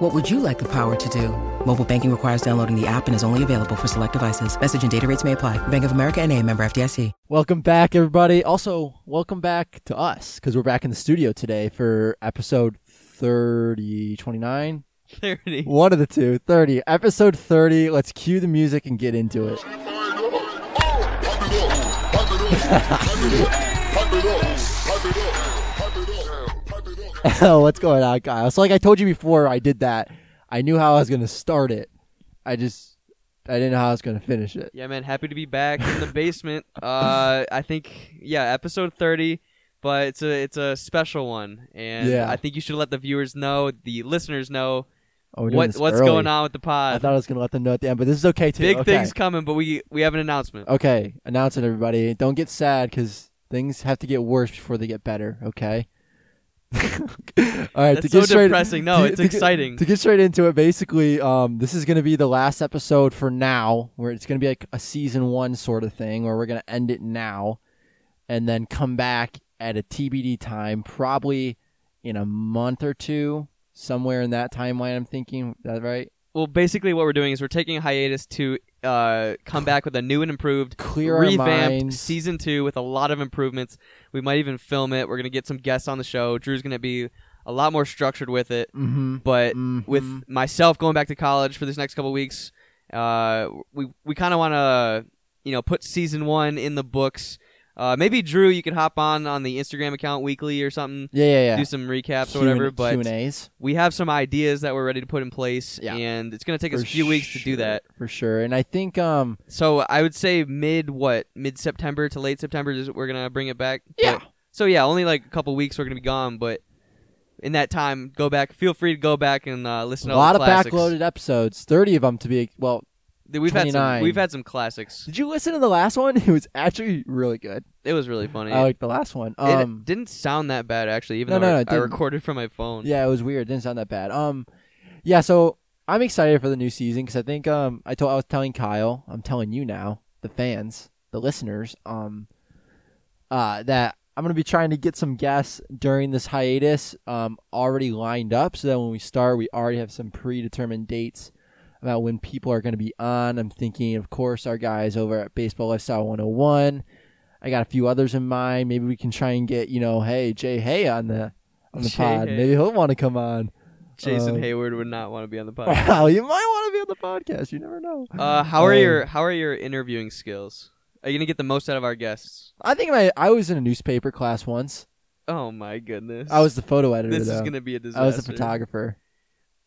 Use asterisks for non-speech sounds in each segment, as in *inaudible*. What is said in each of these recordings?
What would you like the power to do? Mobile banking requires downloading the app and is only available for select devices. Message and data rates may apply. Bank of America and a member FDIC. Welcome back, everybody. Also, welcome back to us because we're back in the studio today for episode 30, 29? 30. One of the two, 30. Episode 30. Let's cue the music and get into it. What's going on, Kyle? So, like I told you before, I did that. I knew how I was going to start it. I just, I didn't know how I was going to finish it. Yeah, man, happy to be back in the basement. *laughs* Uh, I think yeah, episode thirty, but it's a it's a special one, and Yeah. I think you should let the viewers know, the listeners know Oh, we're doing what this what's early. going on with the I pod. thought I was going to let them know at the end, but this is okay too. Big okay. Oh. things coming, but we we have an announcement. Okay, announce it, everybody. Don't get sad because things have to get worse before they get better. Okay. *laughs* All right. That's to so get straight, depressing. No, to- it's to get- exciting. to get straight into it, basically, um, this is going to be the last episode for now, where it's going to be like a season one sort of thing, where we're going to end it now, and then come back at a TBD time, probably in a month or two, somewhere in that timeline. I'm thinking. Is that right? Well, basically, what we're doing is we're taking a hiatus to uh, come back with a new and improved Clear our revamped minds. season two with a lot of improvements. We might even film it. We're gonna get some guests on the show. Drew's gonna be a lot more structured with it. Mm-hmm. but Mhm. with myself going back to college for this next couple weeks, uh, we we kind of want to you know put season one in the books. Uh, maybe Drew, you could hop on on the Instagram account weekly or something, Yeah, yeah, yeah. do some recaps Q or and- whatever. But Q and A's. we have some ideas that we're ready to put in place, Yeah. and it's gonna take us a For few weeks to do sure, that. for sure. And I think um So I would say mid what mid September to late September is we're gonna bring it back. Yeah. But- so yeah, only like a couple weeks we're gonna be gone, but. In that time, go back. Feel free to go back and uh, listen to a lot all of the classics. backloaded episodes, thirty of them to be well. Th- We've had 29. some, we've had some classics. Did you listen to the last one? *laughs* It was actually really good. It was really funny. I like the last one. it Oh, Um, didn't sound that bad actually, even No, though no, no, I- it I didn't. recorded from my phone. yeah, it was weird. It didn't sound that bad. Um, yeah. So I'm excited for the new season because I think um I told I was telling Kyle, I'm telling you now, the fans, the listeners, um, uh, that I'm gonna be trying to get some guests during this hiatus, um, already lined up so that when we start, we already have some predetermined dates about when people are going to be on. I'm thinking, of course, our guys over at Baseball Lifestyle 101. I got a few others in mind. Maybe we can try and get you know, hey Jay Hay on the on the Jay pod. Hay. Maybe he'll want to come on. *laughs* Jason Um, Hayward would not want to be on the podcast. *laughs* Wow, you might want to be on the podcast. You never know. uh, how are Um, your how are your interviewing skills? Are you gonna get the most out of our guests? I think my, I was in a newspaper class once. Oh my goodness! I was the photo editor. This is though. gonna be a disaster. I was the photographer.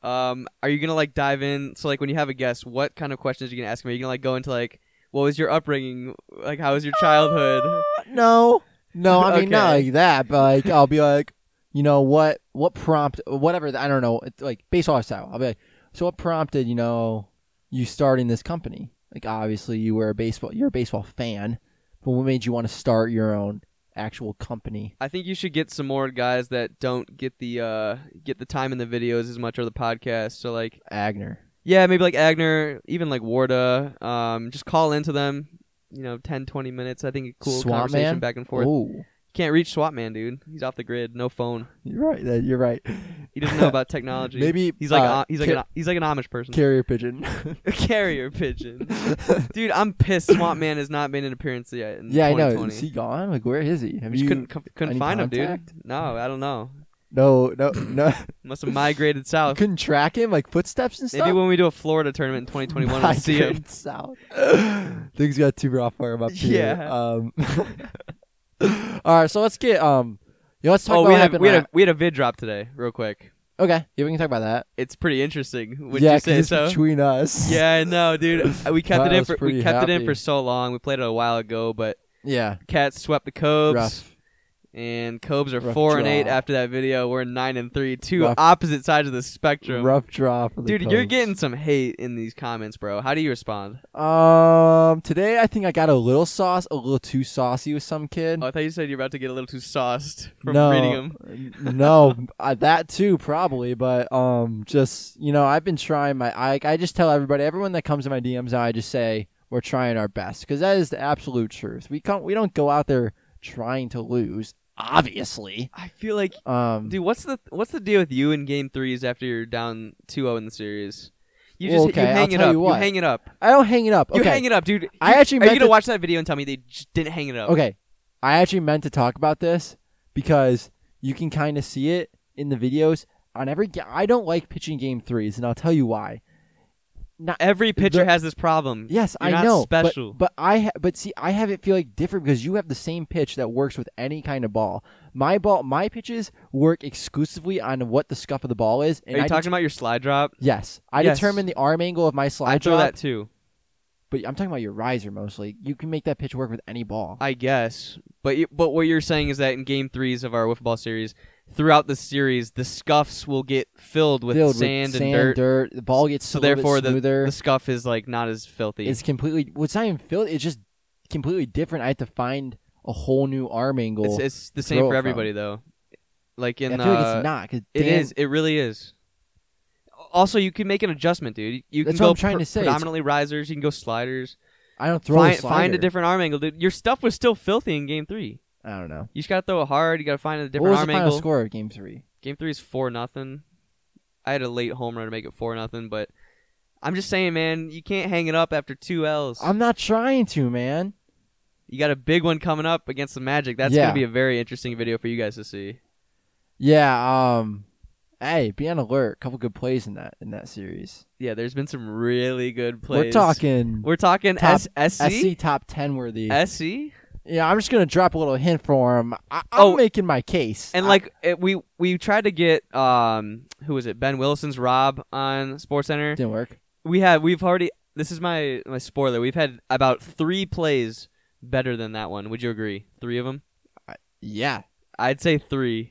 Um, are you gonna like dive in? So like when you have a guest, what kind of questions are you gonna ask him? Are you gonna like go into like what was your upbringing? Like how was your childhood? No, no, I mean not Okay. like that, but like I'll be like, you know what, what prompt, whatever. I don't know. It's like based on style. I'll be like, so what prompted you know you starting this company? Like obviously you were a baseball, you're a baseball fan, but what made you want to start your own actual company? I think you should get some more guys that don't get the uh get the time in the videos as much or the podcast. So like Agner. Yeah, maybe like Agner, even like Warda. Um, just call into them. You know, 10, 20 minutes. I think a cool Swamp conversation Man? back and forth. Oh, Can't reach Swap Man, dude. He's off the grid. No phone. you're right. that- You're right. He doesn't know *laughs* about technology. Maybe he's like uh, a- he's like car- an, he's like an Amish person. carrier pigeon. A *laughs* carrier pigeon. dude, I'm pissed. Swamp Man has not made an appearance yet. In yeah, I know. 2020. Is he gone? Like where is he? Have We just you? couldn't co- couldn't any find him, contact? dude. No, I don't know. No, no, *laughs* no. Must have migrated south. couldn't track him like footsteps and stuff. Oh. Maybe when we do a Florida tournament in *laughs* 2021, we'll see him. Migrated south. *laughs* Things got too rough for him up here. Yeah. Um, *laughs* all right, so let's get um. You know, let's talk Oh, about we what had, a, happened. we, had la- a, we had a vid drop today, real quick. okay, yeah, we can talk about that. it's pretty interesting. Would yeah, you 'cause say it's so? between us. *laughs* yeah, I know, dude. Uh, We kept it in Kyle's for pretty we kept it in happy. for so long. We played it a while ago, but *laughs* yeah. Cats swept the Cubs. Rough. and Cobes are Rough four and eight draw. after that video. We're nine and three, two Rough- opposite sides of the spectrum. Rough draw for the Dude, you're Cubs. getting some hate in these comments, bro. How do you respond? Um, today I think I got a little sauce, a little too saucy with some kid. Oh, I thought you said you're about to get a little too sauced from no, reading them. no, *laughs* uh, that too probably, but um, just you know, I've been trying my. I I just tell everybody, everyone that comes to my DMs, now, I just say we're trying our best because that is the absolute truth. We can't, we don't go out there trying to lose, obviously. I feel like, Um, dude, what's the what's the deal with you in game threes after you're down 2-0 in the series? You just Well, you okay, I'll hang it tell up. you what. hang it up. I don't hang it up. You okay, hang it up, dude. I You- actually are you meant gonna to- watch that video and tell me they just didn't hang it up? Okay. I actually meant to talk about this because you can kind of see it in the videos on every ga- I don't like pitching game 3s and I'll tell you why. Every pitcher The- has this problem. Yes, You're I not know. but- special. But, I ha- but see I have it feel like different because you have the same pitch that works with any kind of ball. My ball my pitches work exclusively on what the scuff of the ball is and Are you I talking about your slide drop? det- Yes. I Yes. determine the arm angle of my I slide throw drop, that too. but I'm talking about your riser mostly. You can make that pitch work with any ball. I guess. But you, but what you're saying is that in game threes of our wiffle ball series, throughout the series, the scuffs will get filled with Filled sand with and sand, dirt. The ball gets a So little bit therefore, the, smoother. the scuff is like not as filthy. It's completely. Well, it's not even filled. It's just completely different. I had to find a whole new arm angle. it's, it's the same throw it for from. everybody though. Like in I feel uh, like it's not. 'cause it damn- is. It really is. Also, you can make an adjustment, dude. You can That's go what I'm trying to pre- say. It's- predominantly risers. You can go sliders. I don't throw. Find, a find a slider. different arm angle, dude. Your stuff was still filthy in game three. I don't know. You just gotta throw it hard. You gotta find a what different was arm the final angle. score of Game Three? Game three is four nothing. I had a late home run to make it four nothing, but I'm just saying, man, you can't hang it up after two L's. I'm not trying to, man. you got a big one coming up against the Magic. That's Yeah. gonna be a very interesting video for you guys to see. Yeah. Um. Hey, be on alert. couple good plays in that in that series. Yeah, there's been some really good plays. We're talking We're talking Top S- SC? SC top ten worthy. SC? yeah, I'm just gonna drop a little hint for him. I- I'm Oh, making my case. And I- like it, we we tried to get um who was it Ben Willison's Rob on Sports Center. didn't work. We have we've already this is my my spoiler. We've had about three plays better than that one. Would you agree? Three of them. Yeah, I'd say three.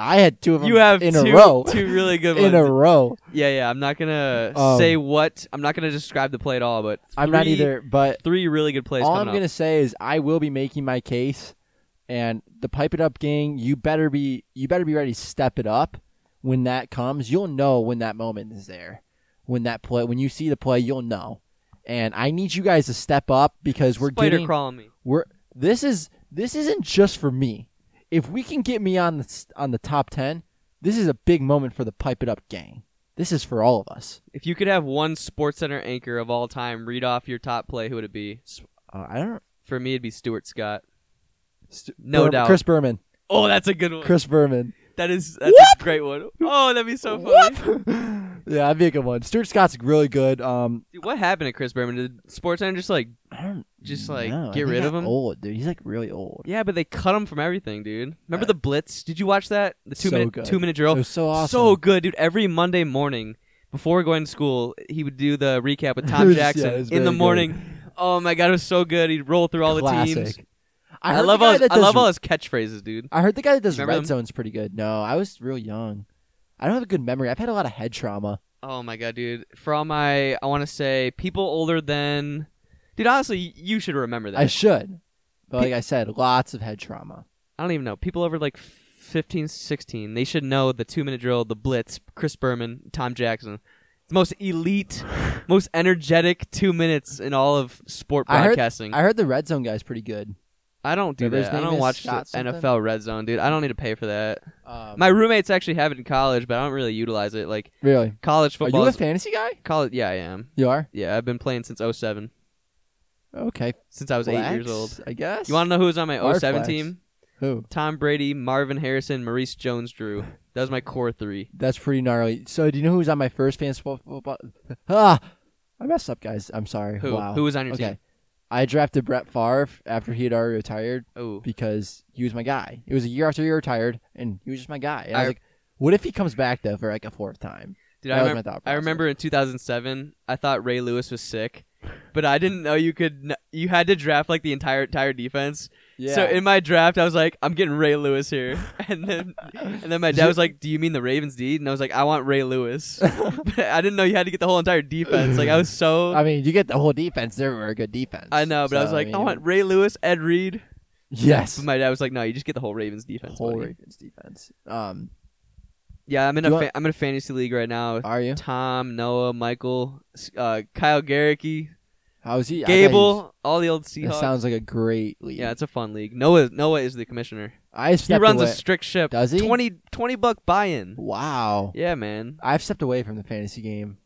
I had two of them. You have in two, a row. *laughs* two really good *laughs* ones. in a row. yeah, yeah. I'm not gonna Um, say what. I'm not gonna describe the play at all. But I'm not three- either, but Three really good plays. all I'm coming gonna up. say is I will be making my case, and the pipe it up gang, you better be you better be ready to step it up when that comes. You'll know when that moment is there, when that play when you see the play, you'll know. And I need you guys to step up because we're Spider getting crawling me. we're this is this isn't just for me. If we can get me on the s- on the top ten, this is a big moment for the pipe it up gang. This is for all of us. If you could have one Sports Center anchor of all time read off your top play, who would it be? Uh, I don't For me, it'd be Stuart Scott. No Bur- doubt. Chris Berman. Oh, that's a good one. Chris Berman. that is that's a great one. Oh, that'd be so funny. What? *laughs* yeah, that'd be a good one. Stuart Scott's really good. Um, Dude, what happened to Chris Berman? Did Sports Center just like I don't Just, like, know. I get think he rid of got him? Old dude, he's like really old. yeah, but they cut him from everything, dude. Remember Uh, the blitz? Did you watch that? The two so minute good. two minute drill. It was so awesome. So good, dude. Every Monday morning before going to school, he would do the *laughs* recap with It Tom was- Jackson yeah, it was in the very good. morning. Oh my god, it was so good. He'd roll through all Classic. the teams. I, I heard the love guy all his, that I does- love all his catchphrases, dude. I heard the guy that does Remember red him? zone's pretty good. No, I was real young. I don't have a good memory. I've had a lot of head trauma. Oh my god, dude. For all my I want to say people older than Dude, honestly, you should remember that. I should, but like I said, lots of head trauma. I don't even know. People over like 15, 16, they should know the two minute drill, the blitz, Chris Berman, Tom Jackson. The most *sighs* elite, most energetic two minutes in all of sport I heard- broadcasting. I heard the red zone guy's pretty good. I don't do Remember his that. I name don't is watch Scott something? NFL Red Zone, dude. I don't need to pay for that. Um, My roommates actually have it in college, but I don't really utilize it. Like really? college Are football. you a is- fantasy guy? college, yeah, I am. You are. Yeah, I've been playing since 07, Okay. since I was eight years Flex, old. I guess. You want to know who was on my Our 07 flex. team? who? Tom Brady, Marvin Harrison, Maurice Jones-Drew. That was my core three. That's pretty gnarly. So, do you know who was on my first fantasy football? football- Ah, I messed up, guys. I'm sorry. Who? Wow. Who was on your okay. team? I drafted Brett Favre after he had already retired Oh, because he was my guy. It was a year after he retired, and he was just my guy. And I, I- was like, what if he comes back though for like a fourth time? dude, that I, was remem- my thought I process. remember in 2007, I thought Ray Lewis was sick, but I didn't know you could. n- You had to draft like the entire entire defense. Yeah. So in my draft, I was like, I'm getting Ray Lewis here, *laughs* and then and then my dad was like, Do you mean the Ravens D? And I was like, I want *laughs* Ray Lewis. but I didn't know you had to get the whole entire defense. Like I was so. I mean, you get the whole defense. They were a good defense. I know, but I So, was like, I, mean, want Ray Lewis, Ed Reed. yes, But my dad was like, No, you just get the whole Ravens defense. whole buddy." Ravens defense. Um, Yeah, I'm in Do a you fa- want- I'm in a fantasy league right now. with are you? Tom, Noah, Michael, s- uh, Kyle Garricky, How's he? I bet he's- Gable, all the old That Seahawks. sounds like a great league. yeah, it's a fun league. Noah Noah is the commissioner. I He stepped runs away. a strict ship. Does he? 20, 20 buck buy-in. wow. Yeah, man. I've stepped away from the fantasy game.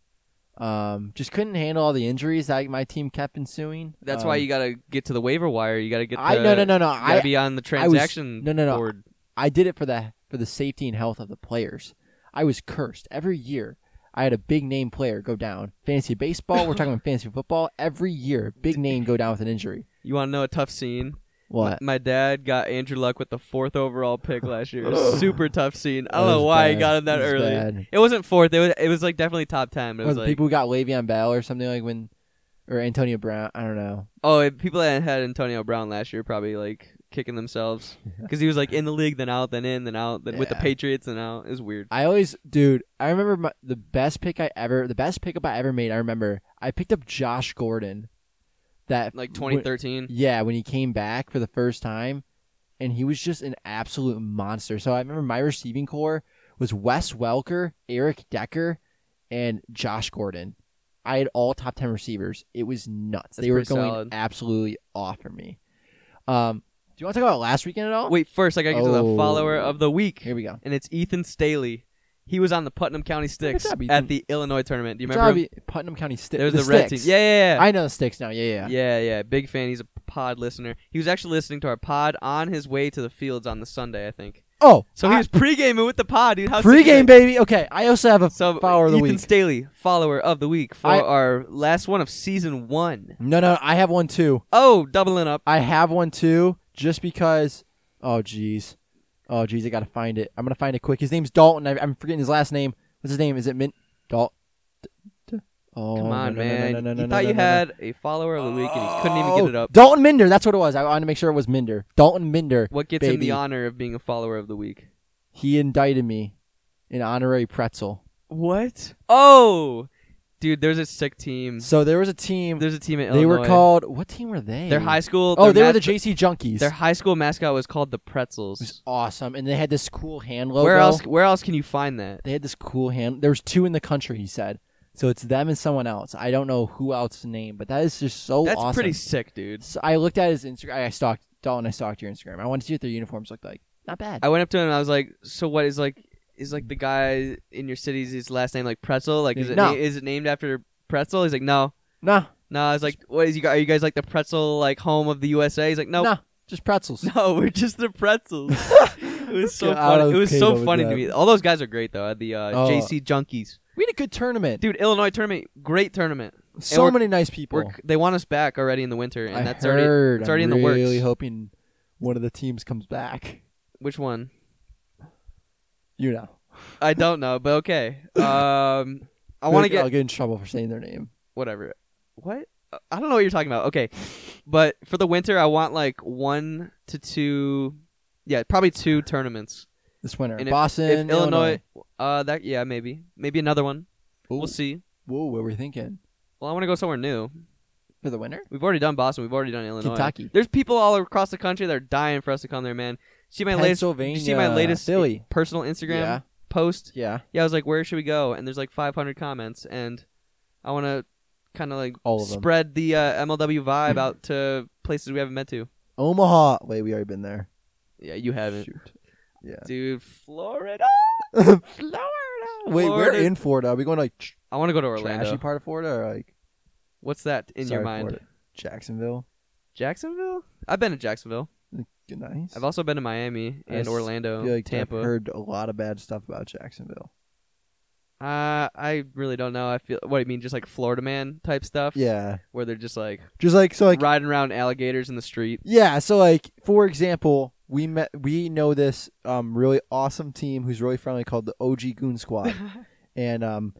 Um, just couldn't handle all the injuries that my team kept ensuing. That's Um, why you gotta get to the waiver wire. You gotta get. The, I no no no no. You gotta I be on the I was- transaction no, no, no. board. I did it for the for the safety and health of the players. I was cursed every year. I had a big name player go down. Fantasy baseball. We're talking about fantasy football. Every year, big name go down with an injury. You want to know a tough scene? What? My dad got Andrew Luck with the fourth overall pick last year. Super tough scene. I don't That know was why he bad. got him that That was early. bad. It wasn't fourth. It was. It was like definitely top ten. But it Or was the like people who got Le'Veon Bell or something like when, or Antonio Brown. I don't know. Oh, if people that had Antonio Brown last year probably like kicking *laughs* themselves because he was like in the league, then out, then in, then out, then with the Yeah. Patriots, then out. It was weird. I always, dude. I remember my, the best pick I ever, the best pickup I ever made. I remember I picked up Josh Gordon. That Like when- 2013. Yeah, when he came back for the first time, and he was just an absolute monster. So I remember my receiving core was Wes Welker, Eric Decker, and Josh Gordon. I had all top ten receivers. It was nuts. That's they were pretty going solid. absolutely off for me. Um, do you want to talk about last weekend at all? Wait, first I gotta get to the Oh. follower of the week, Here we go. and it's Ethan Staley. He was on the Putnam County Sticks up, Ethan? at the Illinois tournament. Do you It's remember? Him? probably Putnam County Sticks. There was the, the, red team. Sticks. Yeah, yeah, yeah. I know the Sticks now. Yeah, yeah. yeah, yeah. Big fan. He's a pod listener. He was actually listening to our pod on his way to the fields on the Sunday, I think. Oh, So he was pregaming with the pod, dude. How sick is pregame that? baby. Okay, I also have a So follower of the Ethan week. Staley, follower of the week for I- our last one of season one. no, no, I have one too. Oh, doubling up. I have one too, just because. Oh jeez, oh jeez, I gotta find it. I'm gonna find it quick. His name's Dalton. I, I'm forgetting his last name. What's his name? Is it Mint Dalton? Oh, Come no, on, no, no, man. No, no, no, you no, thought no, you no, Oh, no. had a follower of the week and you couldn't even get it up. Dalton Minder. That's what it was. I wanted to make sure it was Minder. Dalton Minder. What gets him baby. the honor of being a follower of the week? He indicted me, an honorary pretzel. What? Oh, dude, there's a sick team. So there was a team. There's a team at they Mm-hmm. Illinois. were called. What team were they? their high school. Oh, their they were mas- the JC Junkies. Their They're high school mascot was called the Pretzels. awesome, and they had this cool hand logo. Where else? Where else can you find that? they had this cool hand. There was two in the country, he said. So it's them and someone else. I don't know who else to name, but that is just so That's awesome. pretty sick, dude. So I looked at his Instagram. I stalked Dalton. I stalked your Instagram. I wanted to see what their uniforms looked like. Not bad. I went up to him and I was like, "So what is like is like the guy in your city's his last name like Pretzel? Like is it No. na- is it named after Pretzel?" He's like, "No, nah, no." I was like, "What is you? gu- Are you guys like the Pretzel like home of the USA?" He's like, "No, nah, just pretzels. *laughs* no, we're just the *laughs* Pretzels." it was so Get out funny. of It was so Cato with funny to that. me. All those guys are great though. The uh, Oh. JC Junkies, We had a good tournament. dude. Illinois tournament, great tournament. so we're- many nice people. We're, they want us back already in the winter, and I that's already heard. it's already I'm in the works. really hoping one of the teams comes back. which one. You know. I don't know, but *laughs* okay. Um, I want to get I'll get in trouble for saying their name. whatever. What? Uh, I don't know what you're talking about. Okay. But for the winter, I want like one to two, yeah, probably two tournaments. This winter, And if- Boston, if Illinois, uh, that yeah, maybe, maybe another one. Ooh. We'll see. Whoa, what were we thinking Well, I want to go somewhere new. for the winter? We've already done Boston. We've already done Illinois. Kentucky. There's people all across the country that are dying for us to come there, man. See my latest. Pennsylvania, You see my latest Philly. personal Instagram Yeah. post. Yeah. Yeah, I was like, where should we go? And there's like 500 comments, and I want to kind of like All of them. spread the uh, MLW vibe out to places we haven't been to. Omaha. Wait, we already been there. Yeah, you haven't. Shoot. Yeah. Dude, Florida. *laughs* Florida. Wait, we're Florida. in Florida. Are we going like tr- I want to go to trashy Orlando. part of Florida or like What's that in your sorry, mind? Florida. Jacksonville. Jacksonville? I've been to Jacksonville. Good nice. I've also been to Miami I and s- Orlando, feel like I've Tampa. heard a lot of bad stuff about Jacksonville. Uh, I really don't know. I feel what I mean, just like Florida man type stuff. Yeah. where they're just like, Just like so like riding around alligators in the street. *laughs* yeah, so like for example, we met we know this *laughs* um really awesome team who's really friendly called the OG Goon Squad. and um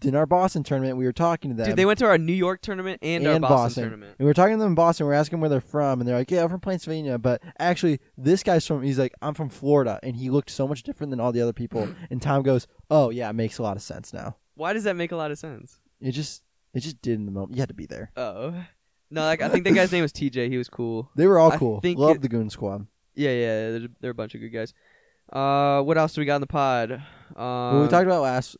in our Boston tournament, we were talking to them. Dude, they went to our New York tournament and, our Boston, tournament. And we were talking to them in Boston. We are asking them where they're from, and they're like, "Yeah, I'm from Pennsylvania." But actually, this guy's from. He's like, "I'm from Florida," and he looked so much different than all the other *clears throat* people. and Tom goes, "Oh yeah, it makes a lot of sense now." Why does that make a lot of sense? It just, it just did in the moment. You had to be there. Oh. No, like, I think that guy's name was TJ. He was cool. They were all I cool. think Love it- the Goon Squad. Yeah, yeah, they're, they're a bunch of good guys. Uh, what else do we got in the pod? Um, Well, we talked about last.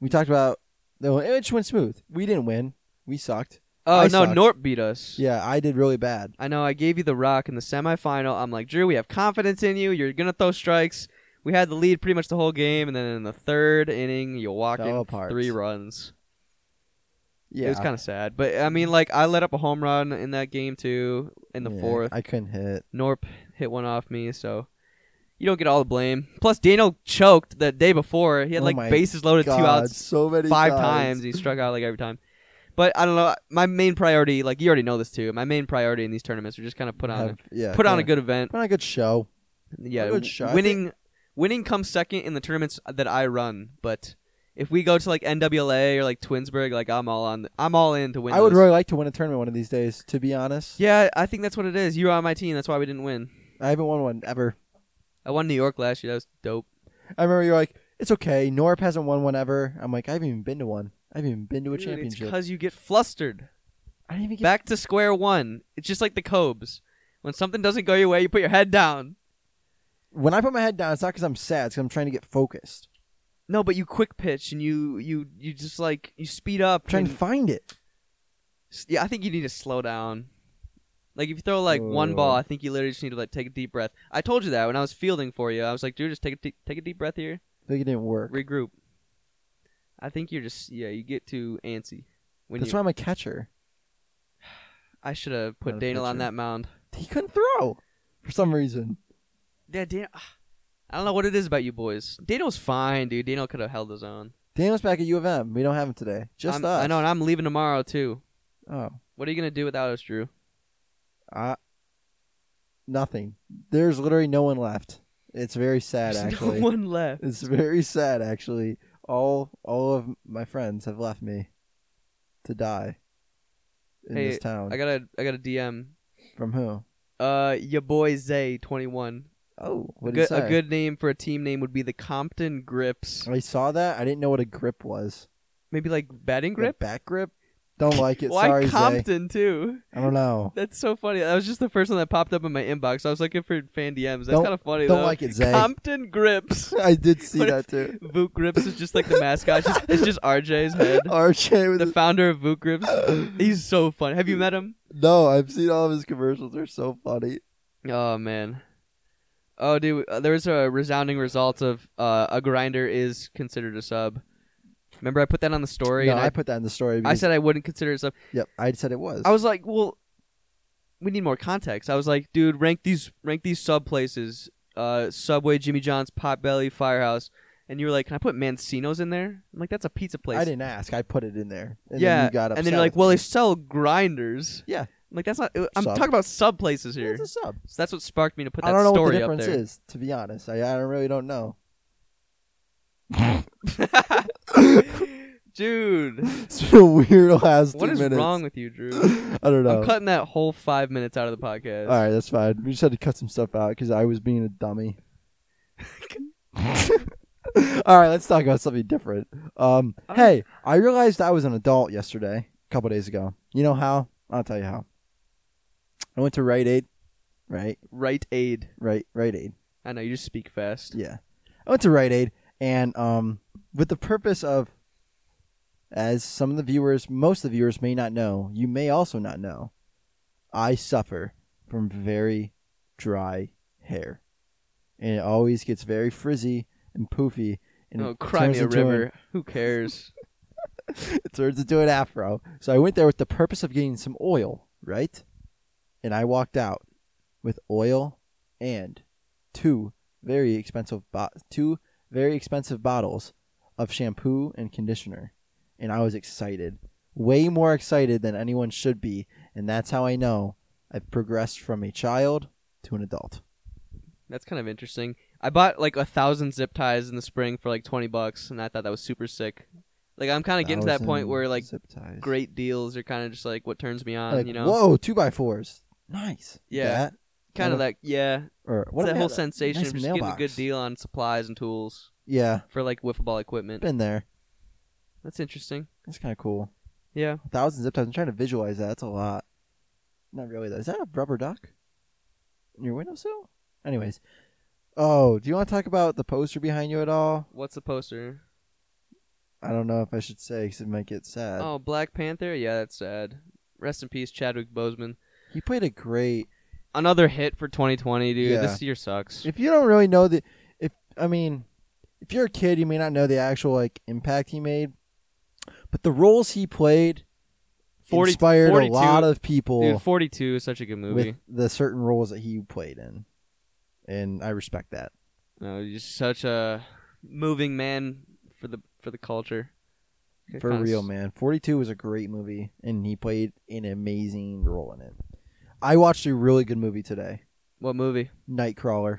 We talked about. no, It just went smooth. We didn't win. We sucked. oh I no, sucked. Nort beat us. Yeah, I did really bad. I know. I gave you the rock in the semifinal. I'm like, Drew, we have confidence in you. You're gonna throw strikes. We had the lead pretty much the whole game, and then in the third inning, you walk Fell in apart. three runs. Yeah, It was kind of sad, but I mean, like, I let up a home run in that game too in the Yeah, fourth. I couldn't hit. Norp hit one off me, so you don't get all the blame. Plus, Daniel choked the day before. He had Oh like my bases loaded, God, two outs, so many five times. times. He struck out like every time. But I don't know. My main priority, like you already know this too. My main priority in these tournaments are just kind of put on, Have- yeah, put on a kinda- good event. put on a good show. Yeah, a good shot. I winning, winning comes second in the tournaments that I run. But if we go to like NWLA or like Twinsburg, like I'm all on. I'm all in to win. I would those. really like to win a tournament one of these days. To be honest, Yeah, I think that's what it is. You were on my team. That's why we didn't win. I haven't won one ever. I won New York last year. That was dope. I remember you're like, it's okay. Norp hasn't won one ever. I'm like, I haven't even been to one. I haven't even been to a championship. because you get flustered. I didn't even get. Back to square one. It's just like the Cobes. When something doesn't go your way, you put your head down. When I put my head down, it's not because I'm sad. It's because I'm trying to get focused. No, but you quick pitch and you you you just like you speed up. I'm trying to and- find it. s- yeah, I think you need to slow down. Like if you throw like one Oh. ball, I think you literally just need to like take a deep breath. I told you that when I was fielding for you. I was like, dude, just take a deep- take a deep breath here, Like it didn't work. regroup. I think you're just yeah, you get too antsy. When That's you, why I'm a catcher. I should have not put a Daniel on pitcher. that mound. He couldn't throw for some reason. Yeah, Dan. ah, I don't know what it is about you boys. Daniel's fine, dude. Daniel could have held his own. Daniel's back at U of M. We don't have him today. Just I'm- us. I know, and I'm leaving tomorrow too. Oh, What are you gonna do without us, Drew? I, nothing. There's literally no one left. It's very sad, There's actually. no *laughs* one left. It's very sad, actually. All all of my friends have left me to die in Hey, this town. I got a I got a DM. From who? Uh, your boy Zay, 21. Oh, what a did he good, say? a good name for a team name would be the Compton Grips. I saw that. I didn't know what a grip was. Maybe like batting A grip. back grip. Don't like it. *laughs* Why Sorry, Zay. Compton too? I don't *laughs* know. *laughs* That's so funny. That was just the first one that popped up in my inbox. I was looking for fan DMs. That's Don't- kind of funny don't though. like it, Zay. Compton Grips. *laughs* I did see What that *laughs* too. Voot Grips is just like the mascot. It's just, it's just *laughs* RJ's head. RJ with The his- founder of Voot Grips. He's so fun. Have you met him? no. I've seen all of his commercials. They're so funny. Oh man. Oh dude, uh, there was a resounding result of uh, a grinder is considered a sub. Remember, I put that on the story, No, and I, I, put that in the story. I because- said I wouldn't consider it a sub. Yep, I said it was. I was like, well, we need more context. I was like, dude, rank these rank these sub places: uh, Subway, Jimmy John's, Potbelly, Firehouse. And you were like, can I put Mancino's in there? I'm like, that's a pizza place. I didn't ask. I put it in there. And yeah, Then you got upset and then you're like, with well, me. they sell grinders. Yeah. I'm like that's not. I'm Sub. talking about sub places here. It's a sub. So that's what sparked me to put that I don't know what story the difference up there. is, to be honest. I, I really don't know. *laughs* *laughs* Dude, It's been a weird last what two is minutes. *laughs* wrong with you, Drew? I don't know. I'm cutting that whole five minutes out of the podcast. All right, that's fine. We just had to cut some stuff out because I was being a *laughs* dummy. *laughs* All right, let's talk about something different. Um, All hey, I realized I was an adult yesterday, a couple days ago. You know how? I'll tell you how. I went to Rite Aid, right? Right aid. Right, Rite Aid. I know you just speak fast. Yeah. I went to Rite Aid and um with the purpose of as some of the viewers, most of the viewers may not know, you may also not know, I suffer from very dry hair. And it always gets very frizzy and poofy and Oh, it cry turns me a into an- river. Who cares? *laughs* it *laughs* turns into an afro. So I went there with the purpose of getting some oil, right? And I walked out with oil and two very expensive bo- two very expensive bottles of shampoo and conditioner. And I was excited, way more excited than anyone should be, and that's how I know I've progressed from a child to an adult. That's kind of interesting. I bought like a thousand zip ties in the spring for like twenty bucks, and I thought that was super sick. Like I'm kind of getting to that point where like zip ties. great deals are kind of just like what turns me on. Like, you know, whoa, two by fours, nice. Yeah. That, kind of like yeah, or what it's that about whole sensation nice of just getting a mailbox. good deal on supplies and tools Yeah, for like wiffle ball equipment. been there. That's interesting. That's kind of cool. Yeah, A thousand zip ties. I'm trying to visualize that. That's a lot. Not really though. Is that a rubber duck in your windowsill? Anyways, oh, do you want to talk about the poster behind you at all? what's the poster? I don't know if I should say because it might get sad. Oh, Black Panther. Yeah, that's sad. Rest in peace, Chadwick Boseman. He played a great. Another hit for 2020, dude. Yeah. This year sucks. If you don't really know the, if I mean, if you're a kid, you may not know the actual like impact he made, but the roles he played 40 inspired a 42 lot of people Dude, 42 is such a good movie. with the certain roles that he played in, and I respect that. No, he's such a moving man for the for the culture. For Kinda real, s- man. 42 was a great movie, and he played an amazing role in it. I watched a really good movie today What movie? Nightcrawler.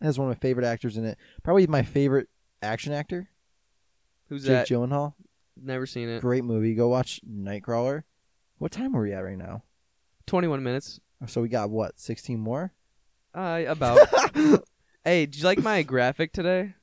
It has one of my favorite actors in it. Probably my favorite action actor, Who's Jake that? Gyllenhaal. Never seen it. Great movie. Go watch Nightcrawler. What time are we at right now? Oh, 21 minutes. So we got what, 16 more? *laughs* Uh, about. hey, did you like my graphic today?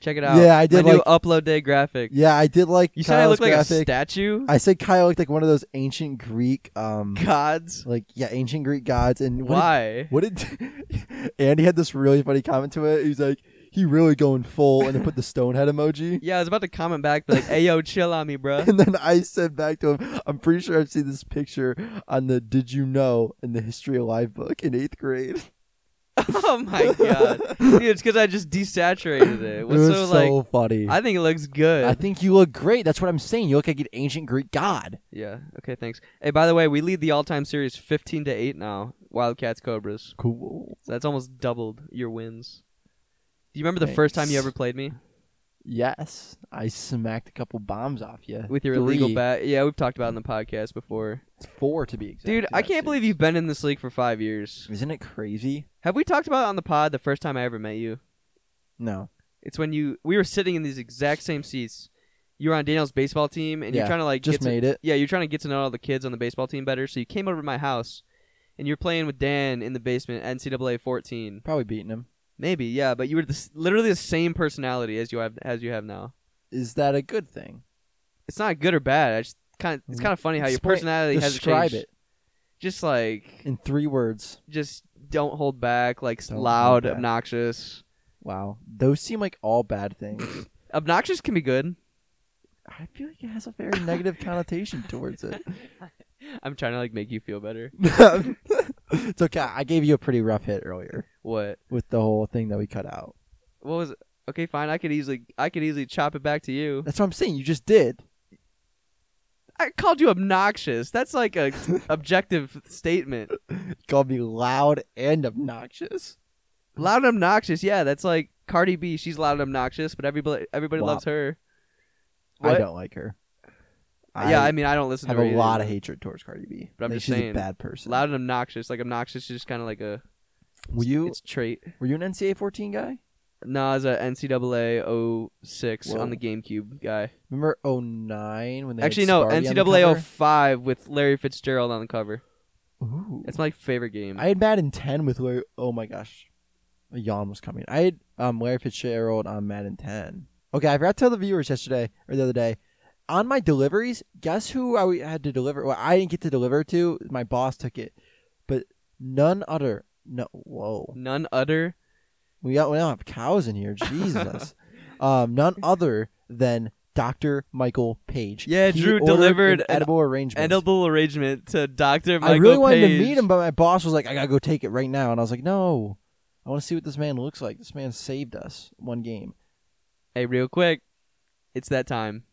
Check it out. Yeah, I did My new like- upload day graphic. Yeah, I did like You said I Kyle's look like a graphic. statue. I said Kyle looked like one of those ancient Greek, *laughs* um, Gods. like, yeah, ancient Greek gods. And what did Why? What did *laughs* Andy had this really funny comment to it? He was like, "He really going full," and then put the stone head *laughs* emoji. Yeah, I was about to comment back, but like, hey, yo, chill on me, bro. And then I said back to him, "I'm pretty sure I've seen this picture on the Did You Know in the History of Live book in eighth grade." *laughs* oh my god. Dude, it's because I just desaturated it. It it was, was so, so like. funny. I think it looks good. I think you look great. That's what I'm saying. You look like an ancient Greek god. Yeah. Okay. Thanks. Hey, by the way, we lead the all-time series fifteen to eight now. Wildcats, Cobras. Cool. So that's almost doubled your wins. Do you remember the Thanks. first time you ever played me Yes, I smacked a couple bombs off you with your Three. illegal bat? Yeah, we've talked about it in the podcast before. Four to be exact. Dude, I Yes, can't it- believe you've been in this league for five years. Isn't it crazy? Have we talked about it on the pod the first time I ever met you? No. It's when you we were sitting in these exact same seats. You were on Daniel's baseball team, and Yeah, you're trying to like Just get to- made it. yeah, you're trying to get to know all the kids on the baseball team better. So you came over to my house, and you're playing with Dan in the basement, NCAA 14. Probably beating him. Maybe, yeah, but you were this, literally the same personality as you have as you have now. Is that a good thing? It's not good or bad. I just kind of it's kind of funny how your Explain- personality has describe changed. it Just like in three words. just don't hold back, like s- Don't hold loud, back. obnoxious. Wow, those seem like all bad things. Obnoxious can be good. *laughs* I feel like it has a very negative connotation towards it. I'm trying to like make you feel better. *laughs* it's okay. I gave you a pretty rough hit earlier What? with the whole thing that we cut out. What was it? Okay, fine. I could easily I could easily chop it back to you. That's what I'm saying. You just did. I called you obnoxious. That's *laughs* like a objective statement. You called me loud and obnoxious. Loud and obnoxious. Yeah, that's like Cardi B. She's loud and obnoxious, but everybody everybody Wow. loves her. I What? don't like her. Uh, yeah, I mean, I don't listen have to her a either. lot of hatred towards Cardi B. But I'm Like, just she's saying, a bad person. Loud and obnoxious. Like obnoxious is just kind of like a were you it's trait. were you an NCAA 14 guy? Nah, as a NCAA 06 Whoa. on the GameCube guy. Remember 09 when they had Actually, no, Sparty on the NCAA cover? 05 with Larry Fitzgerald on the cover. Ooh. That's my favorite game. I had Madden 10 with Larry. Oh my gosh, a yawn was coming. I had um, Larry Fitzgerald on Madden 10. Okay, I forgot to tell the viewers yesterday or the other day. On my deliveries, guess who I had to deliver? Well, I didn't get to deliver to. My boss took it, but none other. No, whoa. None other. We got we don't have cows in here. *laughs* Jesus. um, none other than Doctor Michael Page. Yeah, He Drew ordered delivered an an edible arrangement. Edible arrangement to Dr. Michael I really wanted Page. to meet him, but my boss was like, "I gotta go take it right now," and I was like, "No, I want to see what this man looks like. This man saved us one game. Hey, real quick. It's that time.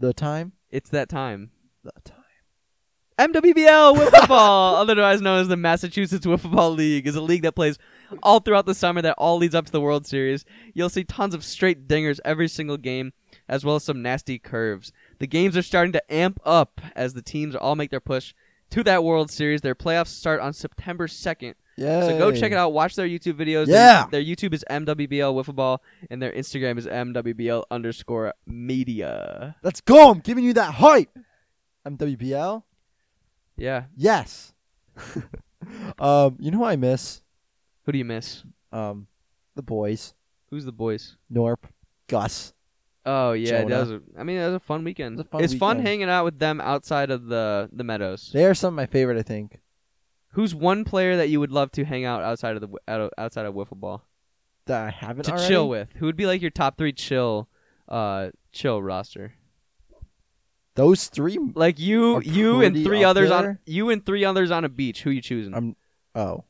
The time, It's that time. the time. MWBL *laughs* Wiffle Ball, otherwise known as the Massachusetts Wiffle Ball League, is a league that plays all throughout the summer that all leads up to the World Series. You'll see tons of straight dingers every single game, as well as some nasty curves. The games are starting to amp up as the teams all make their push to that World Series. Their playoffs start on September 2nd, Yeah. So go check it out. Watch their YouTube videos. Their- Yeah. Their, YouTube is MWBL Wiffle Ball, and their Instagram is MWBL underscore media. Let's go. I'm giving you that hype. MWBL. Yeah. Yes. *laughs* um, you know who I miss? Who do you miss? Um, the boys. Who's the boys? Norp, Gus. Oh yeah, Jonah. that was. A, I mean, that was a fun weekend. It was a fun it's fun weekend. hanging out with them outside of the the meadows. They are some of my favorite. I think Who's one player that you would love to hang out outside of the w- out- outside of wiffle ball that I haven't to already. chill with? Who would be like your top three chill, uh, chill roster? Those three. Like you, Are you and pretty three up others on there? you and three others on a beach. Who you choosing? I'm- *laughs* Oh.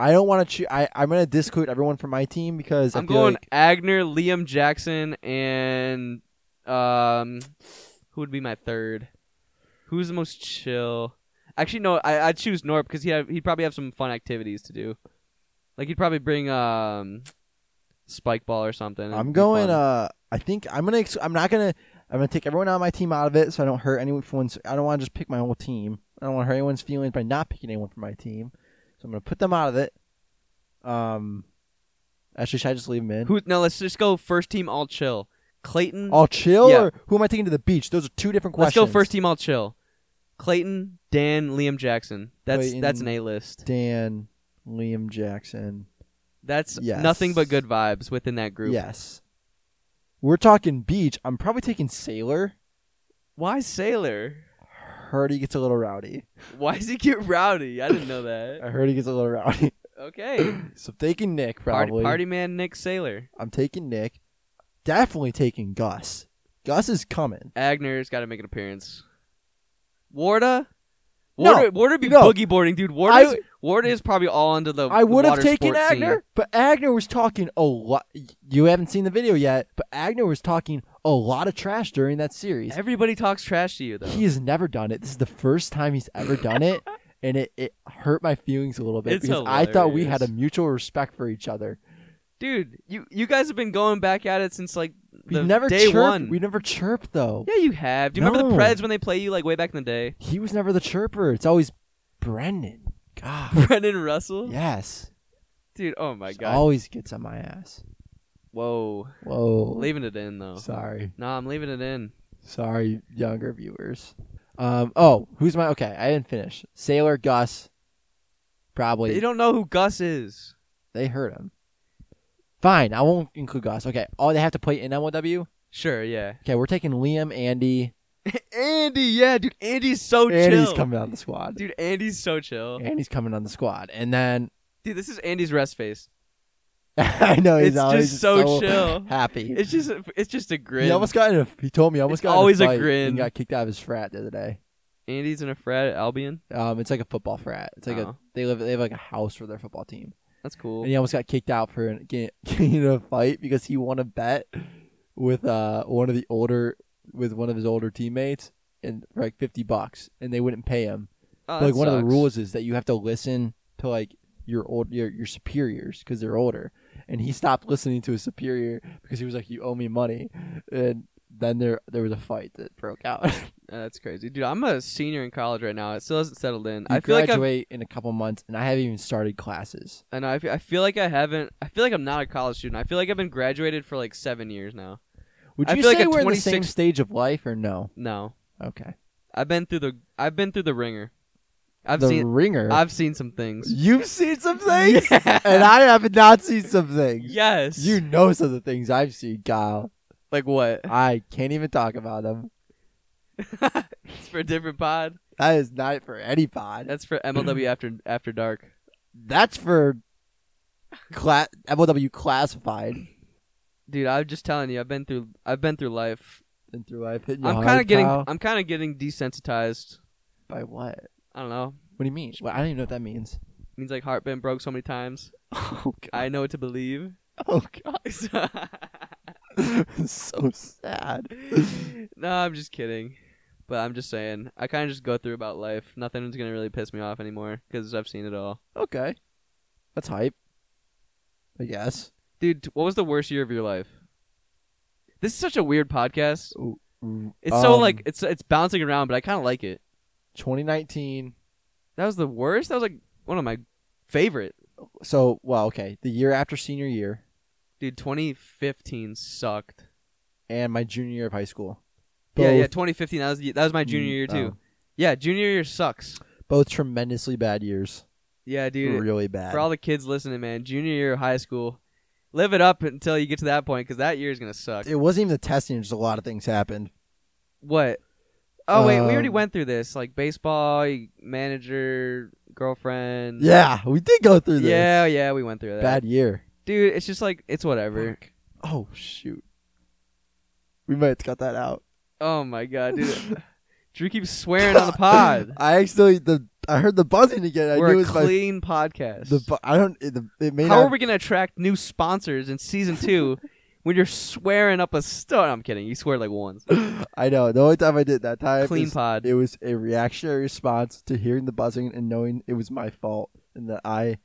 I don't want to. Cho- I I'm gonna disclude everyone from my team because I I'm feel going like Agner, Liam Jackson, and um, who would be my third? Who's the most chill? Actually, no, I I choose Norb because he have, he'd probably have some fun activities to do. Like he'd probably bring um, spike ball or something. It'd I'm be going. fun. Uh, I think I'm gonna. Ex- I'm not gonna. I'm gonna take everyone out of my team out of it, so I don't hurt anyone's. I don't want to just pick my whole team. I don't want to hurt anyone's feelings by not picking anyone from my team. So I'm gonna put them out of it. Um, actually, should I just leave them in? Who? No, let's just go first team all chill. Clayton. uh, All chill, Yeah. or who am I taking to the beach? Those are two different let's questions. go first team all chill. Clayton, Dan, Liam Jackson. That's that's an Clayton, A list. Dan, Liam Jackson. That's yes. nothing but good vibes within that group. Yes, we're talking beach. I'm probably taking Sailor. Why Sailor? Heard he gets a little rowdy. Why does he get rowdy? I didn't know that. I heard he gets a little rowdy. *laughs* *clears throat* Okay. so I'm taking Nick Party, probably. party man Nick Sailor. I'm taking Nick. Definitely taking Gus. Gus is coming. Agner's got to make an appearance. Warda? No, Warda, Warda be no. boogie boarding, dude. I Warda, w- Warda is probably all under the. I the would have water taken sports scene. Agner, but Agner was talking a lot. You haven't seen the video yet, but Agner was talking a lot of trash during that series. Everybody talks trash to you, though. He has never done it. This is the first time he's ever done *laughs* it, and it, it hurt my feelings a little bit It's because I thought we had a hilarious. mutual respect for each other. Dude, you, you guys have been going back at it since, like, We the never day chirped. one. We never chirped though. yeah, you have. Do you remember the No. Preds when they play you, like, way back in the day? *laughs* He was never the chirper. It's always Brendan. God. Brendan Russell? yes. Dude, oh my Just god. Always gets on my ass. Whoa. Whoa. Leaving it in, though. Sorry. No, I'm leaving it in. Sorry, younger viewers. Um, oh, who's my okay, I didn't finish. Sailor Gus. Probably They they, don't know who Gus is. hurt him. Fine, I won't include Gus. Okay. Oh, they have to play in MLW? Sure, yeah. Okay, we're taking Liam, Andy. *laughs* Andy, yeah, dude. Andy's so Andy's Oh, chill. coming on the squad. Dude, Andy's so chill. Andy's coming on the squad. And then *laughs* Dude, this is Andy's rest face. I know he's It's just always so chill. happy. It's just it's just a grin. He almost got in a, he told me he almost It's got in always a a, fight grin. and got kicked out of his frat the other day. Andy's in a frat at Albion. Um, it's like a football frat. It's like Oh. a they live they have like a house for their football team. That's cool. and he almost got kicked out for an- getting *laughs* getting in a fight because he won a bet with uh one of the older with one of his older teammates and for like fifty bucks, and they wouldn't pay him. Oh, But, like that one of the sucks. rules is that you have to listen to like your old your your superiors because they're older, and he stopped listening to his superior because he was like, "You owe me money," and then there there was a fight that broke out. *laughs* Uh, that's crazy. Dude, I'm a senior in college right now. It still hasn't settled in. I I feel like graduate I've, in a couple months, and I haven't even started classes. I know I feel, I feel like I haven't I feel like I'm not a college student. I feel like I've been graduated for like 7 years now. Would I you feel say like a we're in the same 26 stage of life or no? No. Okay, I've been through the I've been through the ringer. I've the seen ringer. I've seen some things. You've seen *laughs* some things, *laughs* Yeah. and I have not seen some things. Yes. You know some of the things I've seen, Kyle. like what? I can't even talk about them. it's for a different pod. That is not for any pod. That's for MLW after after dark. That's for cla- MLW classified. Dude, I'm just telling you, I've been through I've been through life. And through life, hitting I'm kind of getting Kyle. I'm kind of getting desensitized. by what? I don't know. What do you mean? Well, I don't even know what that means. It means like heart been broke so many times. Oh I know what to believe. *laughs* *laughs* Oh god, no, *laughs* so sad. I'm just kidding. But I'm just saying, I kind of just go through about life. Nothing's gonna really piss me off anymore because I've seen it all. Okay, that's hype. I guess. Dude, t- what was the worst year of your life? This is such a weird podcast. It's so Um, like it's it's bouncing around, but I kind of like it. 2019. That was the worst. That was like one of my favorite. So, well, okay, the year after senior year Dude, 2015 sucked. and my junior year of high school, Yeah, yeah, Both- 2015. That was the- that was my junior Mm, year too. oh. Yeah, junior year sucks. both tremendously bad years, Yeah, dude. really bad. For all the kids listening, man, junior year of high school, live it up until you get to that point because that year is gonna suck. it wasn't even the testing; just a lot of things happened. What? Oh wait, we already Um, went through this. Like baseball, y- manager, girlfriend. Yeah, we did go through this. Mm. Yeah, yeah, we went through that. bad year. Dude, it's just like it's whatever. Oh shoot, we might have to cut that out. Oh my *laughs* god, dude. Drew keeps swearing on the pod. I actually the I heard the buzzing again. I knew We're it a was my clean podcast. The bu- I don't. It, the, it may How not. are we gonna attract new sponsors in *laughs* season two when you're swearing up a stone? I'm kidding. You swear like once. *laughs* I know. The only time I did that time, Clean is- pod. It was a reactionary response to hearing the buzzing and knowing it was my fault and that I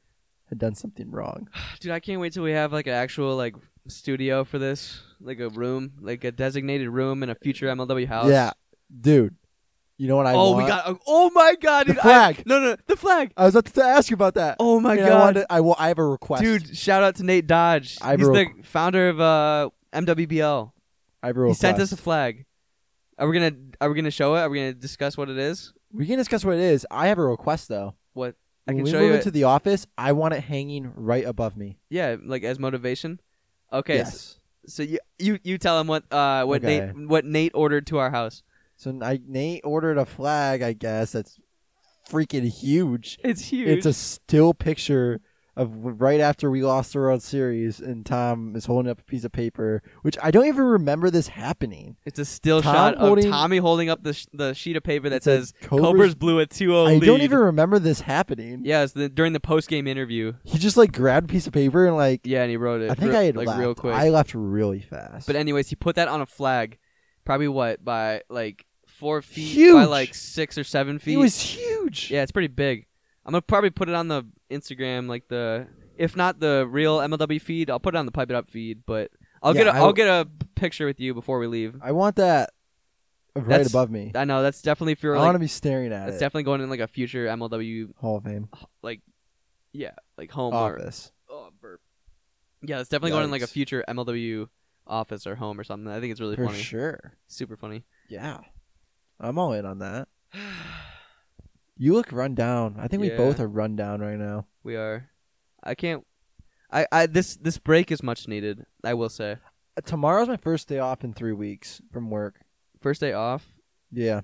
had done something wrong. Dude, I can't wait till we have like an actual like studio for this, like a room, like a designated room in a future MLW house. Yeah, dude. You know what I oh, want? we got. Oh my god, The dude, I- flag. no, no, the flag. I was about to ask you about that. Oh my And I god, wanted- I, wa- I have a request, dude! Shout out to Nate Dodge. I have He's a the requ- founder of uh, MWBL. I have a He request. sent us a flag. Are we gonna Are we gonna show it? Are we gonna discuss what it is? we can discuss what it is. I have a request though. What I when can we show move you. into It. the office, I want it hanging right above me. Yeah, like as motivation. Okay, so yes. So you you, you tell him what uh what Okay. Nate what Nate ordered to our house. So I, Nate ordered a flag. I guess that's freaking huge. It's huge. It's a still picture of w- right after we lost the World Series, and Tom is holding up a piece of paper, which I don't even remember this happening. it's a still Tom shot holding- of Tommy holding up the sh- the sheet of paper that It said says Cobras- Cobras, blew a 2-0 I lead. don't even remember this happening. Yeah, it's the, during the post game interview. He just like grabbed a piece of paper and like Yeah, and he wrote it. I think re- I had like left. real quick. I left really fast. But anyways, he put that on a flag, probably what by like four feet by Huge. like six or seven feet. it was huge. Yeah, it's pretty big. I'm gonna probably put it on the Instagram, like the if not the real MLW feed, I'll put it on the Pipe It Up feed. But I'll Yeah, get a, I- I'll get a picture with you before we leave. I want that right That's- above me. I know that's definitely for I want to like be staring at that's it. definitely going in like a future MLW Hall of Fame like home or office. oh, burp. yeah, that's definitely going in like a Yikes. future MLW office or home or something. I think it's really For funny, sure. super funny. Yeah. I'm all in on that. *sighs* You look run down. I think we Yeah. both are run down right now. We are. I can't. I, I this this break is much needed. I will say. Uh, Tomorrow's my first day off in three weeks from work. First day off, Yeah.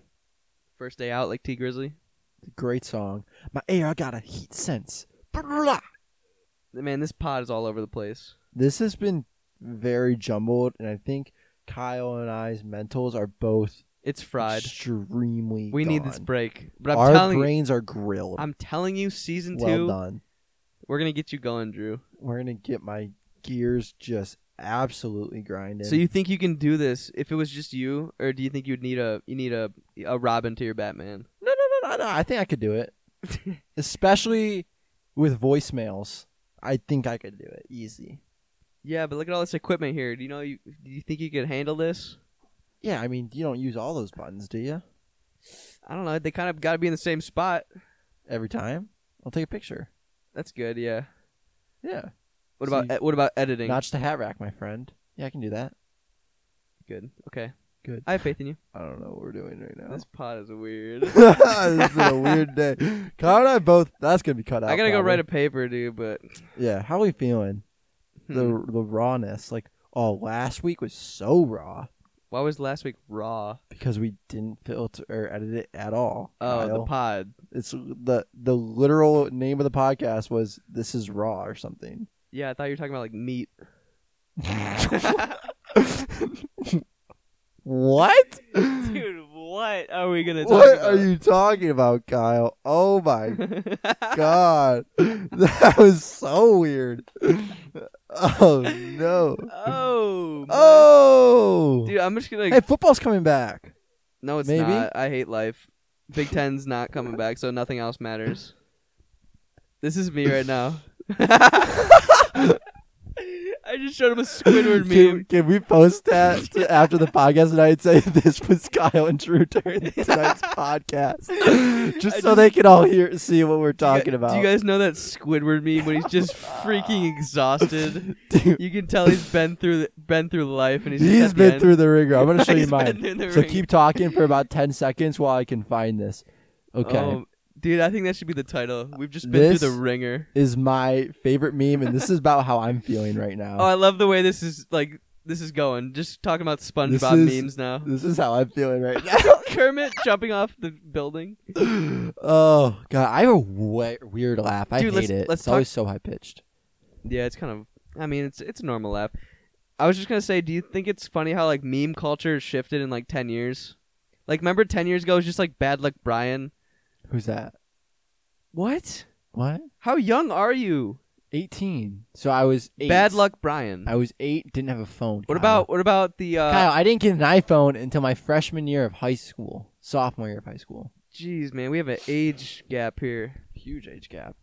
first day out, like T Grizzly. Great song. My air, I got a heat sense. Blah. Man, this pod is all over the place. This has been very jumbled, and I think Kyle and I's mentals are both It's fried. extremely. We need this gone. break. But I'm Our telling brains are grilled. I'm telling you, season well two, done. we're gonna get you going, Drew. We're gonna get my gears just absolutely grinding. So you think you can do this if it was just you, or do you think you'd need a you need a a Robin to your Batman? No, no, no, no, no. I think I could do *laughs* it. Especially with voicemails, I think I could do it easy. Yeah, but look at all this equipment here. Do you know you do you think you could handle this? Yeah, I mean, you don't use all those buttons, do you? I don't know. They kind of got to be in the same spot. Every time, I'll take a picture. That's good. Yeah. Yeah, What So about e, what about editing? notch the hat rack, my friend. Yeah, I can do that. good. Okay. Good. I have faith *laughs* in you. I don't know what we're doing right now. This pod is *laughs* weird. it's been a weird day. Kyle and I both. That's gonna be cut out. I gotta go probably. write a paper, dude. But Yeah, how are we feeling? The hmm, the rawness, like oh, last week was so raw why was last week raw? because we didn't filter or edit it at all. Oh, the Kyle. pod. It's the the literal name of the podcast was "This is Raw" or *laughs* something. Yeah, I thought you were talking about *laughs* like meat. what? Dude, what are we gonna talk what about? are you talking about, Kyle? Oh my *laughs* god, *laughs* that was so weird. *laughs* Oh no. oh. man. Oh. Dude, I'm just gonna. hey, football's coming back. no, it's maybe? not. I hate life. Big Ten's not coming back, so nothing else matters. *laughs* This is me right now. I just showed him a Can, Squidward meme. can we post *laughs* that to- after the podcast tonight and say this was Kyle and Drew during *laughs* tonight's podcast? Just I so they can all hear see what we're talking about. Do you guys know that Squidward meme when he's just freaking exhausted? *laughs* Dude, *laughs* You can tell he's been through the, been through life, and he's, just he's at the been end. through the ringer. I'm *laughs* gonna show you He's been mine. through the So ringer. keep talking for about ten seconds while I can find this. Okay. Oh, dude, I think that should be the title. We've just been This- through the ringer. Is my favorite meme, and this is about how I'm feeling right now. Oh, I love the way this is like this is going. Just talking about SpongeBob is- *laughs* memes now. this is how I'm feeling *laughs* right now. Kermit jumping off the building. oh god, I have a we- weird laugh. I hate Dude, let's- it. let's it's always so high pitched. Yeah, it's kind of. I mean, it's it's a normal laugh. I was just gonna say, do you think it's funny how like meme culture has shifted in like ten years? Like, remember ten years ago it was just like Bad Luck Brian. Who's that? What? What? How young are you? 18. So I was eight. Bad Luck Brian. I was eight. Didn't have a phone. what Kyle. about what about the? uh Kyle? I didn't get an iPhone until my freshman year of high school, sophomore year of high school. Jeez, man, we have an age gap here. Huge age gap.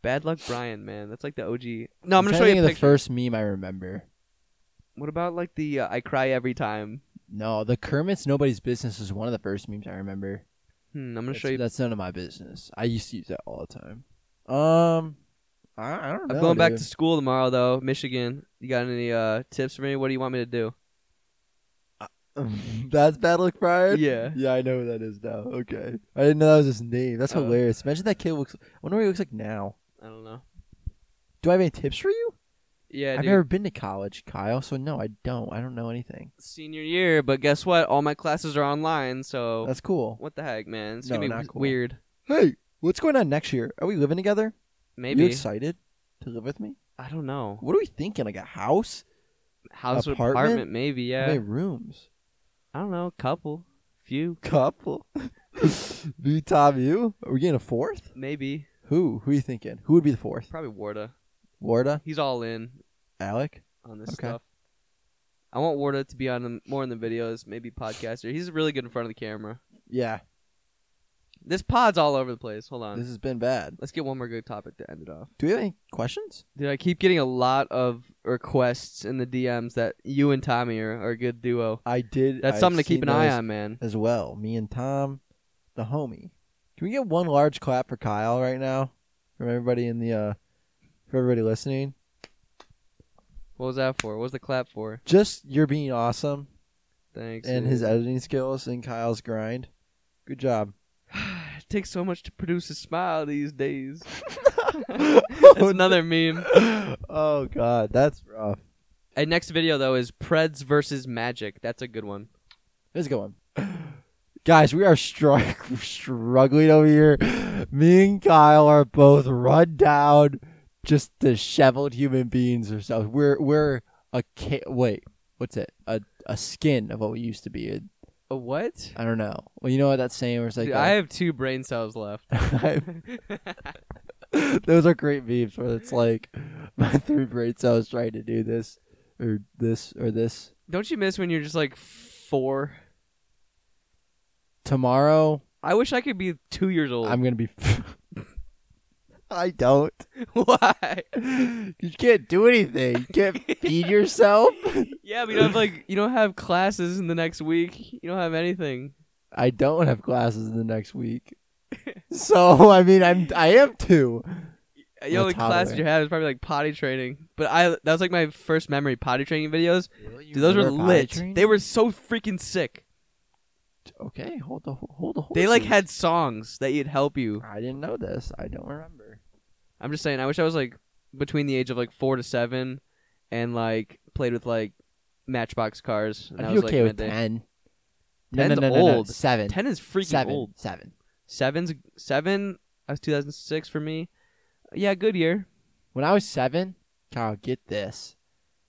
Bad Luck Brian, man, that's like the OG. No, trying I'm, gonna to show think you of a the picture. first meme I remember. What about like the uh, I cry every time? No, the Kermit's Nobody's Business is one of the first memes I remember. Hmm, I'm gonna That's, show you. that's none of my business. I used to use that all the time. Um, I, I don't know. I'm going back dude. to school tomorrow though, Michigan. You got any uh tips for me? What do you want me to do? *laughs* That's Bad Luck Brian? Yeah. Yeah, I know who that is now. Okay. I didn't know that was his name. That's Uh, hilarious. Imagine that kid looks. I wonder what he looks like now. I don't know. Do I have any tips for you? Yeah, I've dude. never been to college, Kyle, so no, I don't. I don't know anything. senior year, but guess what? All my classes are online, so That's cool. what the heck, man? It's No, gonna be not w- cool. weird. Hey, what's going on next year? Are we living together? Maybe You excited to live with me? I don't know. What are we thinking? Like a house? House or Apartment? apartment, maybe. How Yeah, many rooms? *laughs* I don't know. Couple, few, Couple? *laughs* Me, Tom, you? Are we getting a fourth? maybe. Who? Who are you thinking? Who would be the fourth? Probably Warda. Warda? He's all in Alec? on this Okay. stuff. I want Warda to be on the, more in the videos, maybe podcaster. He's really good in front of the camera. Yeah. This pod's all over the place. Hold on. This has been bad. Let's get one more good topic to end it off. Do we have any questions? Dude, I keep getting a lot of requests in the DMs that you and Tommy are, are a good duo. I did. That's I've something to keep seen an eye those on, man. as well. Me and Tom, the homie. Can we get one large clap for Kyle right now? From everybody in the, uh, for everybody listening. What was that for? What was the clap for? Just your being awesome Thanks. and dude. his editing skills and Kyle's grind. Good *laughs* job. it takes so much to produce a smile *laughs* these days. Oh, That's another meme. oh God, that's rough. Our next video though is Preds versus Magic. That's a good one. Let's go on. Guys, we are str- *laughs* struggling over here. Me and Kyle are both run down, just disheveled human beings ourselves. We're we're a ca- wait, what's it? A a skin of what we used to be. It- A what? I don't know. Well, you know what that saying was like. Dude, uh, I have two brain cells left. *laughs* those are great memes where it's like *laughs* my three brain cells trying to do this or this or this. Don't you miss when you're just like four? Tomorrow I wish I could be two years old. I'm gonna be. *laughs* I don't. *laughs* Why? you can't do anything. You can't feed yourself. Yeah, but you don't have like you don't have classes in the next week. You don't have anything. I don't have classes in the next week. So I mean, I'm I am two. Uh, The You're a only class toddler. you have is probably like potty training. But I that was like my first memory potty training videos. Dude, those were lit. They were so freaking sick. okay. Hold the hold the. They like horses. had songs that you'd help you. I didn't know this. I don't remember. I'm just saying. I wish I was like between the age of like four to seven, and like played with like Matchbox cars. And that I'd be was, okay like, with midday. ten. No, no, Ten's no, no, no. old. Seven. Ten is freaking Seven. old. Seven. Seven's seven. That was 2006 for me. Yeah, good year. When I was seven, Kyle, get this.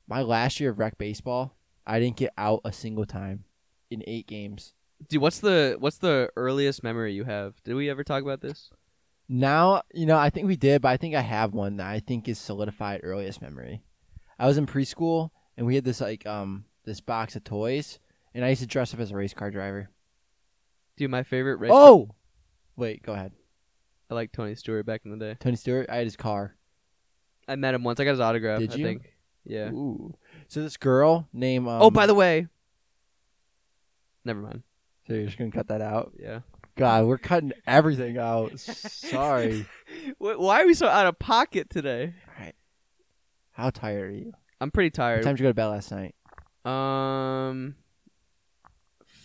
My last year of rec baseball, I didn't get out a single time in eight games. Dude, what's the what's the earliest memory you have? Did we ever talk about this? Now, you know, I think we did, but I think I have one that I think is solidified earliest memory. I was in preschool and we had this like um this box of toys and I used to dress up as a race car driver. Dude, my favorite race. oh. Wait, go ahead. I like Tony Stewart back in the day. Tony Stewart, I had his car. I met him once. I got his autograph. Did I you? think. Yeah. Ooh. So this girl named. Um, oh, by the way. Never mind. So you're just gonna cut that out. Yeah. God, we're cutting everything out. *laughs* Sorry. *laughs* Wh- Why are we so out of pocket today? How tired are you? I'm pretty What tired. time did you go to bed last night? Um,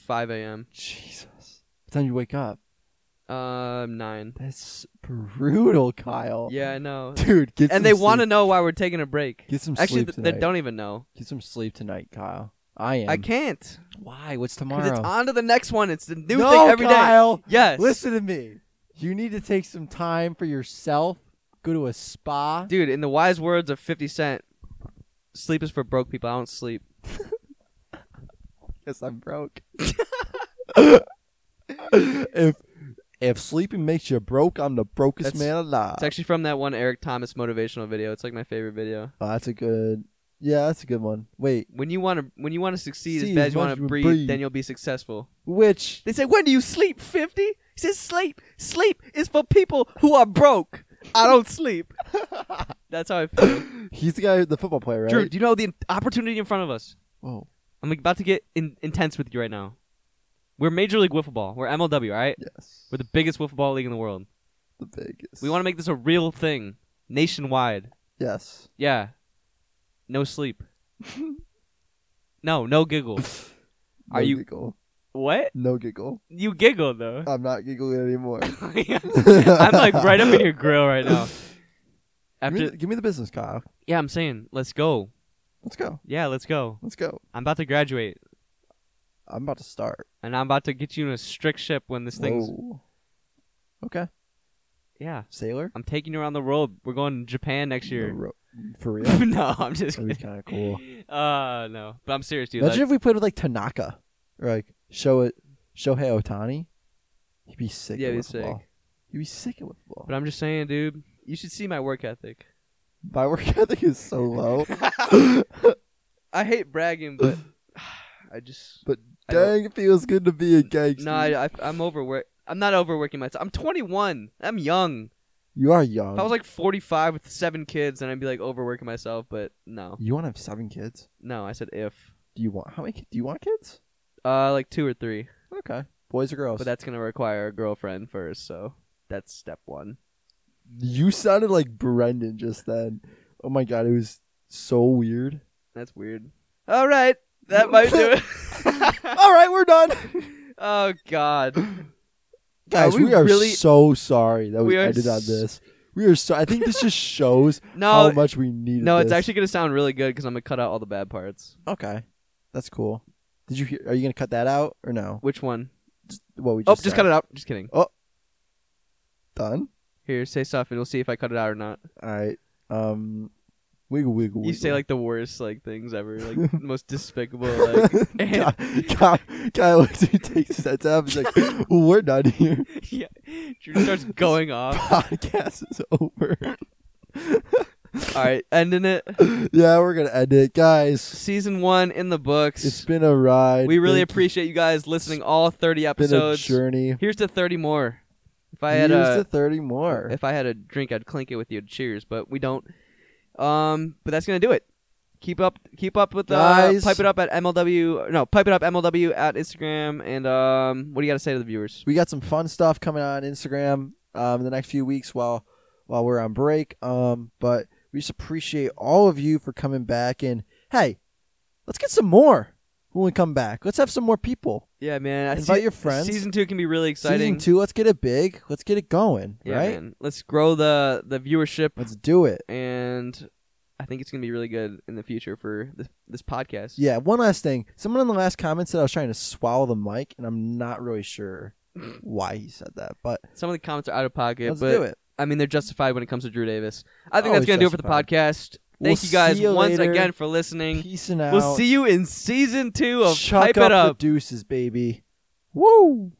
5 a.m. Jesus. What time did you wake up? Um, nine. That's brutal, Kyle. Yeah, I *laughs* know. Dude, get some And they sleep. want to know why we're taking a break. get some Actually, sleep th- tonight. they don't even know. get some sleep tonight, Kyle. I am. I can't. Why? What's 'Cause tomorrow? It's on to the next one. It's the new no, thing every day. Kyle. Yes. Listen to me. You need to take some time for yourself. Go to a spa. Dude, in the wise words of 50 Cent, sleep is for broke people. I don't sleep. Because I'm broke. *laughs* if if sleeping makes you broke, I'm the brokest That's- man alive. It's actually from that one Eric Thomas motivational video. It's like my favorite video. Oh, that's a good. Yeah, that's a good one. Wait, When you want to when you want to succeed See, as bad as as you much want as to you breathe, breathe. then you'll be successful. which? *laughs* They say, "When do you sleep, 50?" He says, "Sleep. Sleep is for people who are broke. I don't sleep." *laughs* That's how I feel. He's the guy, the football player, right? Oh, Drew, do you know the opportunity in front of us? Whoa. I'm about to get in- intense with you right now. We're Major League Wiffle Ball. We're MLW, all right? Yes. We're the biggest wiffle ball league in the world. the biggest. We want to make this a real thing nationwide. Yes. Yeah. No *laughs* sleep. no, no giggle. No Are you- giggle? What? No giggle. You *laughs* giggle though. I'm not giggling anymore. *laughs* I'm like right up in your grill right now. give, me After the, give me the business, Kyle. Yeah, I'm saying, let's go. Let's go. Yeah, let's go. Let's go. I'm about to graduate I'm about to start. and I'm about to get you in a strict ship when this thing's Whoa. Okay. Yeah. Sailor. I'm taking you around the world. We're going to Japan next The year. ro- For real. *laughs* no, I'm just That'd be kidding. kind of cool. Uh no. But I'm serious, dude. Imagine Like, if we played with like Tanaka, or like show it, Shohei Otani. He'd be sick. Yeah, at he'd be wiffle sick. Ball. He'd be sick at wiffle ball. but I'm just saying, dude, you should see my work ethic. My work ethic is so low. *laughs* I hate bragging, but *sighs* I just But I don't- dang, it feels good to be a *laughs* gangster. no, I, I, I'm overwork. I'm not overworking myself. I'm 21. I'm young. you are young. If I was like 45 with seven kids, then I'd be like overworking myself. But no, you want to have seven kids? no, I said if, Do you want how many? kids? Do you want kids? uh, like two or three. Okay, boys or girls? But that's gonna require a girlfriend first, so that's step one. you sounded like Brendan just then. Oh my god, it was so weird. That's weird. All right, that might *laughs* do it. *laughs* All right, we're done, oh *coughs* God, guys. we we, are really- so sorry that we, We are ended on s- this. We are so. I think this *laughs* just shows how no, much we needed. no, it's this. actually gonna sound really good because I'm gonna cut out all the bad parts. Okay, that's cool. Did you hear? Are you gonna cut that out or no? Which one? What we Oh, just just cut it out. Just kidding. Done. Here, say stuff, and we'll see if I cut it out or not. All right. Um, wiggle wiggle. You wiggle. say like the worst like things *laughs* ever, like the most despicable. Like, *laughs* guy, guy, guy looks he takes his head up. He's like, "We're done here. *laughs* yeah, Drew starts going off. Podcast is over." All right, ending it. yeah, we're gonna end it, guys. Season one in the It's books. been a ride. We Thank really you. appreciate you guys listening. All thirty It's been a episodes. journey. Here's to thirty more. If I had uh, Here's to a thirty more. if I had a drink, I'd clink it with you. Cheers, but we don't. Um, but that's gonna do it. Keep up, keep up with uh, Guys. pipe it up at MLW. No, pipe it up MLW at Instagram. And um, what do you got to say to the viewers? we got some fun stuff coming on Instagram um, in the next few weeks while while we're on break. Um, but we just appreciate all of you for coming back. And hey, let's get some more when we come back. Let's have some more people. Yeah, man. I Invite your friends. Season two can be really exciting. Season two, let's get it big. Let's get it going. yeah, right? man. Let's grow the the viewership, Let's do it. and I think it's gonna be really good in the future for this, this podcast. Yeah. One last thing. Someone in the last comment said I was trying to swallow the mic, and I'm not really sure why he said that, but Some of the comments are out of pocket, let's but do it. I mean they're justified when it comes to Drew Davis. I think that's Always gonna do it for the justified. podcast. We'll Thank you guys see you once later. again for listening. Peacing out. We'll see you in season two of Chuck Pipe It up Up. the deuces, baby. Woo!